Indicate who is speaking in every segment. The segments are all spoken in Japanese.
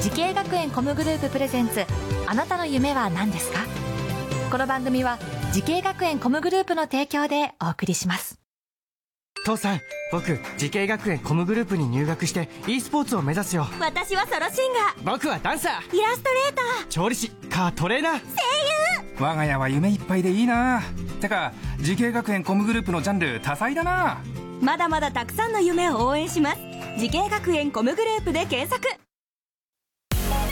Speaker 1: 時系学園コムグループプレゼンツあなたの夢は何ですかこの番組は時系学園コムグループの提供でお送りします
Speaker 2: 父さん僕慈恵学園コムグループに入学して e スポーツを目指すよ
Speaker 3: 私はソロシンガ
Speaker 2: 僕はダンサー
Speaker 3: ーイラストレータ
Speaker 2: 調理師カートレーナー
Speaker 4: 我が家は夢いっぱいでいいなてか慈恵学園コムグループのジャンル多彩だな
Speaker 3: ーまだまだたくさんの夢を応援します時系学園コムグループで検索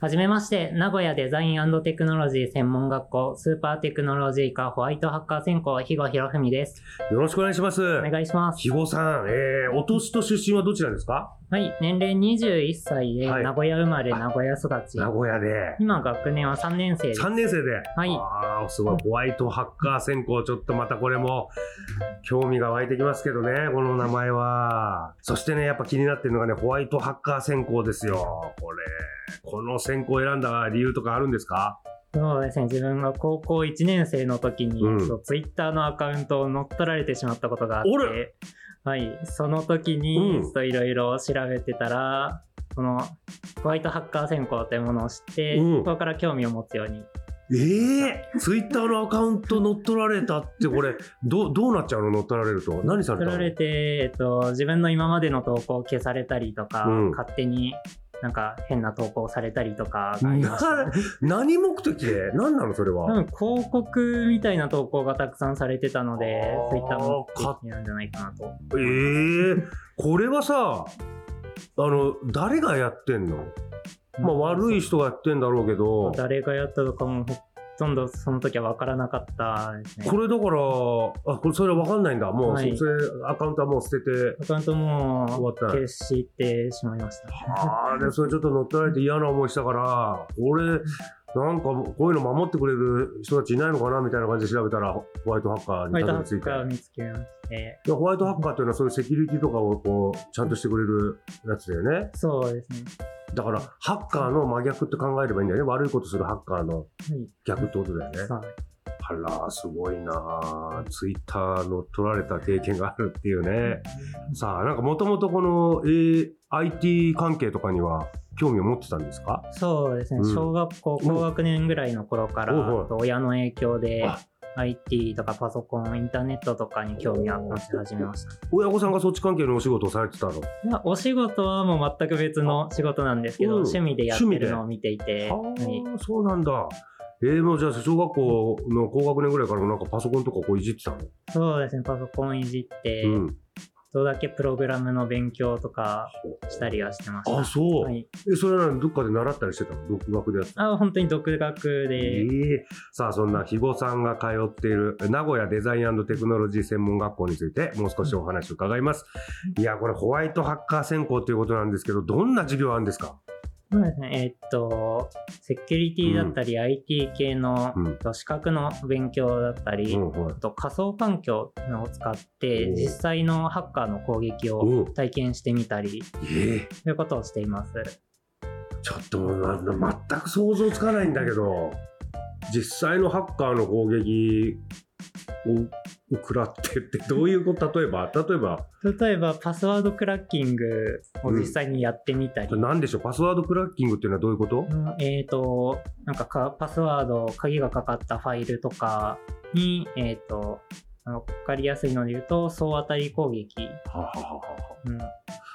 Speaker 5: はじめまして、名古屋デザインテクノロジー専門学校スーパーテクノロジー科ホワイトハッカー専攻、肥後博文です。
Speaker 6: よろしくお願いします。
Speaker 5: お願いします。
Speaker 6: 肥後さん、えー、お年と出身はどちらですか
Speaker 5: はい、年齢21歳で、
Speaker 6: はい
Speaker 5: 名古屋生まれ、
Speaker 6: あ
Speaker 5: 名古屋育ち。
Speaker 6: 名古屋で。
Speaker 5: 今学年は3年生です。
Speaker 6: 3年生で。
Speaker 5: はい
Speaker 6: ああ、すごい。ホワイトハッカー専攻、ちょっとまたこれも、興味が湧いてきますけどね、この名前は。そしてね、やっぱ気になってるのがね、ホワイトハッカー専攻ですよ。これ、この専攻を選んだ理由とかあるんですか
Speaker 5: そうですね、自分が高校1年生の時に、
Speaker 6: うん
Speaker 5: そうツイッターのアカウントを乗っ取られてしまったことがあっ
Speaker 6: お
Speaker 5: て、はい、その時に
Speaker 6: うん
Speaker 5: ちょっといろいろ調べてたら、そのホワイトハッカー専攻というものを知って、
Speaker 6: うん
Speaker 5: そこから興味を持つように
Speaker 6: ええツイッターのアカウント乗っ取られたって、これ、どう、どうなっちゃうの乗っ取られると。何され
Speaker 5: 取
Speaker 6: たの
Speaker 5: られて、えっと、自分の今までの投稿を消されたりとか、
Speaker 6: うん
Speaker 5: 勝手になんか変な投稿されたりとかがありましたね、
Speaker 6: な 何目的で何なのそれは。
Speaker 5: 多分広告みたいな投稿がたくさんされてたので
Speaker 6: あー、
Speaker 5: そういったものなんじゃないかなと。
Speaker 6: ええこれはさ、あの、誰がやってんのまあ悪い人がやってんだろうけど、
Speaker 5: 誰がやったとかもほとんどその時は分からなかったですね。
Speaker 6: これだから、あ、これそれわかんないんだ。もう、
Speaker 5: はい
Speaker 6: それ、アカウントはもう捨てて。
Speaker 5: アカウント
Speaker 6: 終わ
Speaker 5: も
Speaker 6: った
Speaker 5: 消してしまいました。
Speaker 6: ああ、で、それちょっと乗っ取られて嫌な思いしたから、俺、なんかこういうの守ってくれる人たちいないのかなみたいな感じで調べたら、ホワイトハッカー
Speaker 5: ホワ
Speaker 6: に
Speaker 5: イ
Speaker 6: た
Speaker 5: ト
Speaker 6: ど
Speaker 5: ハ
Speaker 6: り着い
Speaker 5: ッ
Speaker 6: て
Speaker 5: カ。ーを見つけまして、
Speaker 6: でホワイトハッカーっていうのはそういうセキュリティとかをこう、ちゃんとしてくれるやつだよね。
Speaker 5: そうですね。
Speaker 6: だから、ハッカーの真逆って考えればいいんだよね。悪いことするハッカーの
Speaker 5: はい
Speaker 6: 逆ってことだよね。
Speaker 5: そう
Speaker 6: あら、すごいなあツイッターの取られた経験があるっていうね。さあ、なんかもともとこの、えー IT 関係とかには興味を持ってたんですか
Speaker 5: そうですね、
Speaker 6: うん
Speaker 5: 小学校高学年ぐらいの頃から、
Speaker 6: おうおう
Speaker 5: あと親の影響で
Speaker 6: あ
Speaker 5: IT とかパソコンインターネットとかに興味を持ち始めました
Speaker 6: 親御さんがそっち関係のお仕事をされてたの。はい
Speaker 5: やお仕事はもう全く別の仕事なんですけど、
Speaker 6: うん
Speaker 5: 趣味でやってるのを見ていて、はい
Speaker 6: あ、そうなんだ。えー、もうじゃあ小学校の高学年ぐらいからもなんかパソコンとかこういじってたの、
Speaker 5: そうですねパソコンいじって、ちょっ
Speaker 6: うん。
Speaker 5: とだけプログラムの勉強とかしたりはしてました
Speaker 6: あ、そう。
Speaker 5: はい、
Speaker 6: え、それはどっかで習ったりしてたの独学でやって
Speaker 5: あ本当に独学で、
Speaker 6: ええさあ、そんな肥後さんが通っている名古屋デザインテクノロジー専門学校についてもう少しお話を伺います。いや、これホワイトハッカー専攻ということなんですけど、どんな授業あるんですか
Speaker 5: そうですね、えーっと、セキュリティだったり、IT 系の、
Speaker 6: うん
Speaker 5: えっと資格の勉強だったり、
Speaker 6: うんはい
Speaker 5: あと仮想環境のを使って
Speaker 6: お、う
Speaker 5: 実際のハッカーの攻撃
Speaker 6: お
Speaker 5: を
Speaker 6: う
Speaker 5: 体験してみたり、
Speaker 6: ええ
Speaker 5: ということをしています。
Speaker 6: ちょっともうなな全く想像つかないんだけど、実際のハッカーの攻撃を食らってってどういうこと、例えば、例えば、
Speaker 5: 例えば、パスワードクラッキングを実際にやってみたり、
Speaker 6: これ何でしょう、パスワードクラッキングっていうのはどういうこと
Speaker 5: うんえーっと、なんかかパスワード、鍵がかかったファイルとかに、えーっと、あのわかりやすいので言うと、総当たり攻撃。
Speaker 6: はははは
Speaker 5: うん、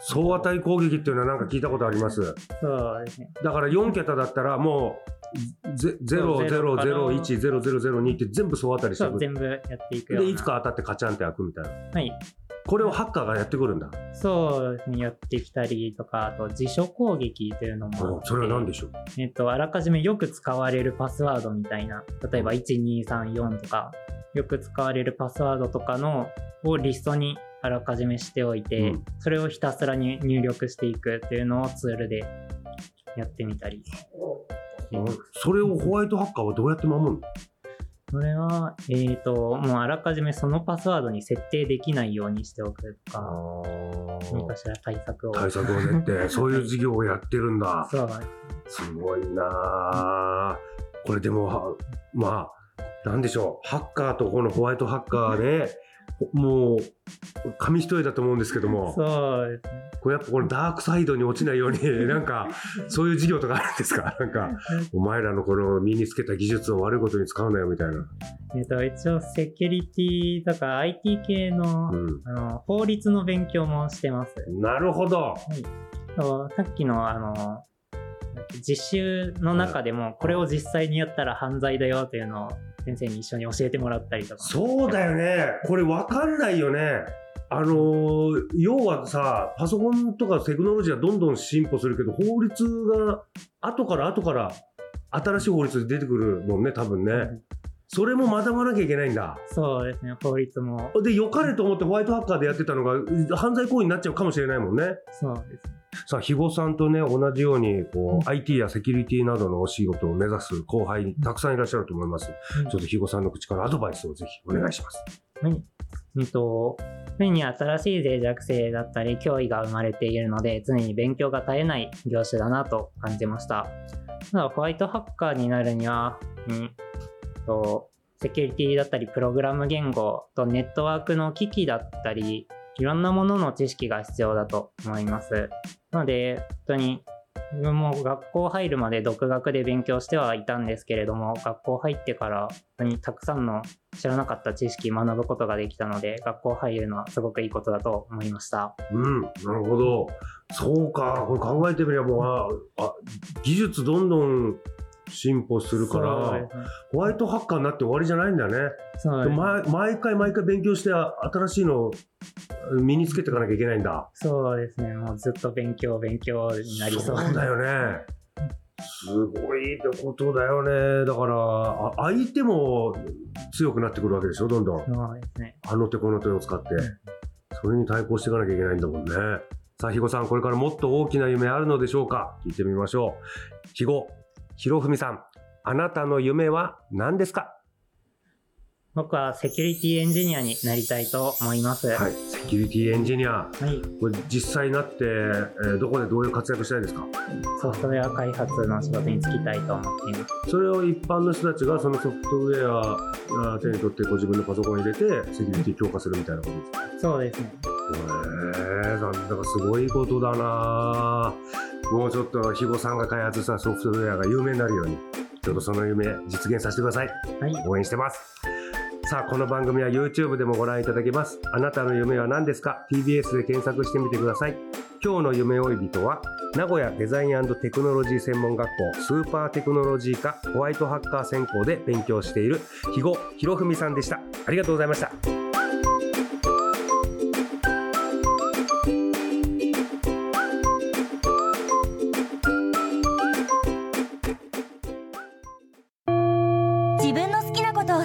Speaker 6: 総当たり攻撃っていうのはなんか聞いたことあります。
Speaker 5: そうですね。
Speaker 6: だから4桁だったらもうゼ0、0、0、1、0、0、0、2って全部総当たりし
Speaker 5: そ
Speaker 6: て
Speaker 5: う
Speaker 6: く
Speaker 5: 全部やっていくよう
Speaker 6: で、
Speaker 5: ない
Speaker 6: つか当たってカチャンって開くみたいな。
Speaker 5: はい
Speaker 6: これをハッカーがやってくるんだ。
Speaker 5: そうですねやってきたりとかあと辞書攻撃というのもあって
Speaker 6: それは何でしょう
Speaker 5: えっとあらかじめよく使われるパスワードみたいな例えば1234とかよく使われるパスワードとかのをリストにあらかじめしておいて、
Speaker 6: うん
Speaker 5: それをひたすらに入力していくっていうのをツールでやってみたりています。
Speaker 6: それをホワイトハッカーはどうやって守るの
Speaker 5: それは、えー、と、もうあらかじめそのパスワードに設定できないようにしておくとか、何かしら対策を。
Speaker 6: 対策を練って、そういう事業をやってるんだ。
Speaker 5: そう、
Speaker 6: すごいなあこれでも、はまあ、なんでしょう。ハッカーとこのホワイトハッカーで、もう、紙一重だと思うんですけども、
Speaker 5: そうですね。
Speaker 6: これやっぱこのダークサイドに落ちないよう に、なんか、そういう事業とかあるんです かなんか、お前らのこの身につけた技術を悪いことに使うなよみたいな。
Speaker 5: えー、と、一応セキュリティとか IT 系の,、
Speaker 6: うん
Speaker 5: あの法律の勉強もしてます。
Speaker 6: なるほど。
Speaker 5: そうさっきの、あの、実習の中でも、これを実際にやったら犯罪だよというのを先生に一緒に教えてもらったりとか。
Speaker 6: そうだよね。これわかんないよね。あのー要はさ、パソコンとかテクノロジーはどんどん進歩するけど、法律が後から後から新しい法律で出てくるもんね、多分ね。それも学ばなきゃいけないんだ。
Speaker 5: そうですね、法律も。
Speaker 6: で、良かれと思ってホワイトハッカーでやってたのが、犯罪行為になっちゃうかもしれないもんね。
Speaker 5: そうですね
Speaker 6: さあ、肥後さんとね、同じように、こう、IT やセキュリティなどのお仕事を目指す後輩、たくさんいらっしゃると思います。ち
Speaker 5: うん
Speaker 6: ょっと肥後さんの口からアドバイスをぜひお願いします。
Speaker 5: はい。えっと、常に新しい脆弱性だったり、脅威が生まれているので、常に勉強が絶えない業種だなと感じました。ただ、ホワイトハッカーになるには、うん、とセキュリティだったり、プログラム言語とネットワークの機器だったり、いろんなものの知識が必要だと思います。なので、本当に、自分も学校入るまで独学で勉強してはいたんですけれども、学校入ってから、本当にたくさんの知らなかった知識学ぶことができたので学校入るのはすごくいいことだと思いました
Speaker 6: うん、なるほど。そうか、これ考えてみれば、まあ、あ技術どんどん進歩するから、ホワイトハッカーになって終わりじゃないんだね。
Speaker 5: そうですねそうですね
Speaker 6: ま毎回毎回勉強して、あ新しいのを身につけていかなきゃいけないんだ。
Speaker 5: そうですねもうずっと勉強勉強になりそう
Speaker 6: そうだよね。すごいってことだよね。だから、あ相手も強くなってくるわけでしょ、どんどん。
Speaker 5: そうですね
Speaker 6: あの手この手を使って、それに対抗していかなきゃいけないんだもんね。さあ、ひごさん、これからもっと大きな夢あるのでしょうか聞いてみましょう。ひご、ひろふみさん、あなたの夢は何ですか
Speaker 5: 僕はセキュリティエンジニアになりたいと思います
Speaker 6: はい、セキュリティエンジニア。
Speaker 5: はい、
Speaker 6: これ実際になって、えーどこでどういう活躍したいですか
Speaker 5: ソフトウェア開発の仕事に就きたいと思っています
Speaker 6: それを一般の人たちがそのソフトウェアあー手に取ってご自分のパソコンに入れてセキュリティ強化するみたいなことですか
Speaker 5: そうですね
Speaker 6: へえなんだかすごいことだなもうちょっと肥後さんが開発したソフトウェアが有名になるようにちょっとその夢実現させてください
Speaker 5: はい
Speaker 6: 応援してますさあこの番組は YouTube でもご覧いただけますあなたの夢は何ですか TBS で検索してみてください今日の夢追い人は名古屋デザインテクノロジー専門学校スーパーテクノロジー科ホワイトハッカー専攻で勉強している肥後博文さんでしたありがとうございました
Speaker 3: 自分の好きなことを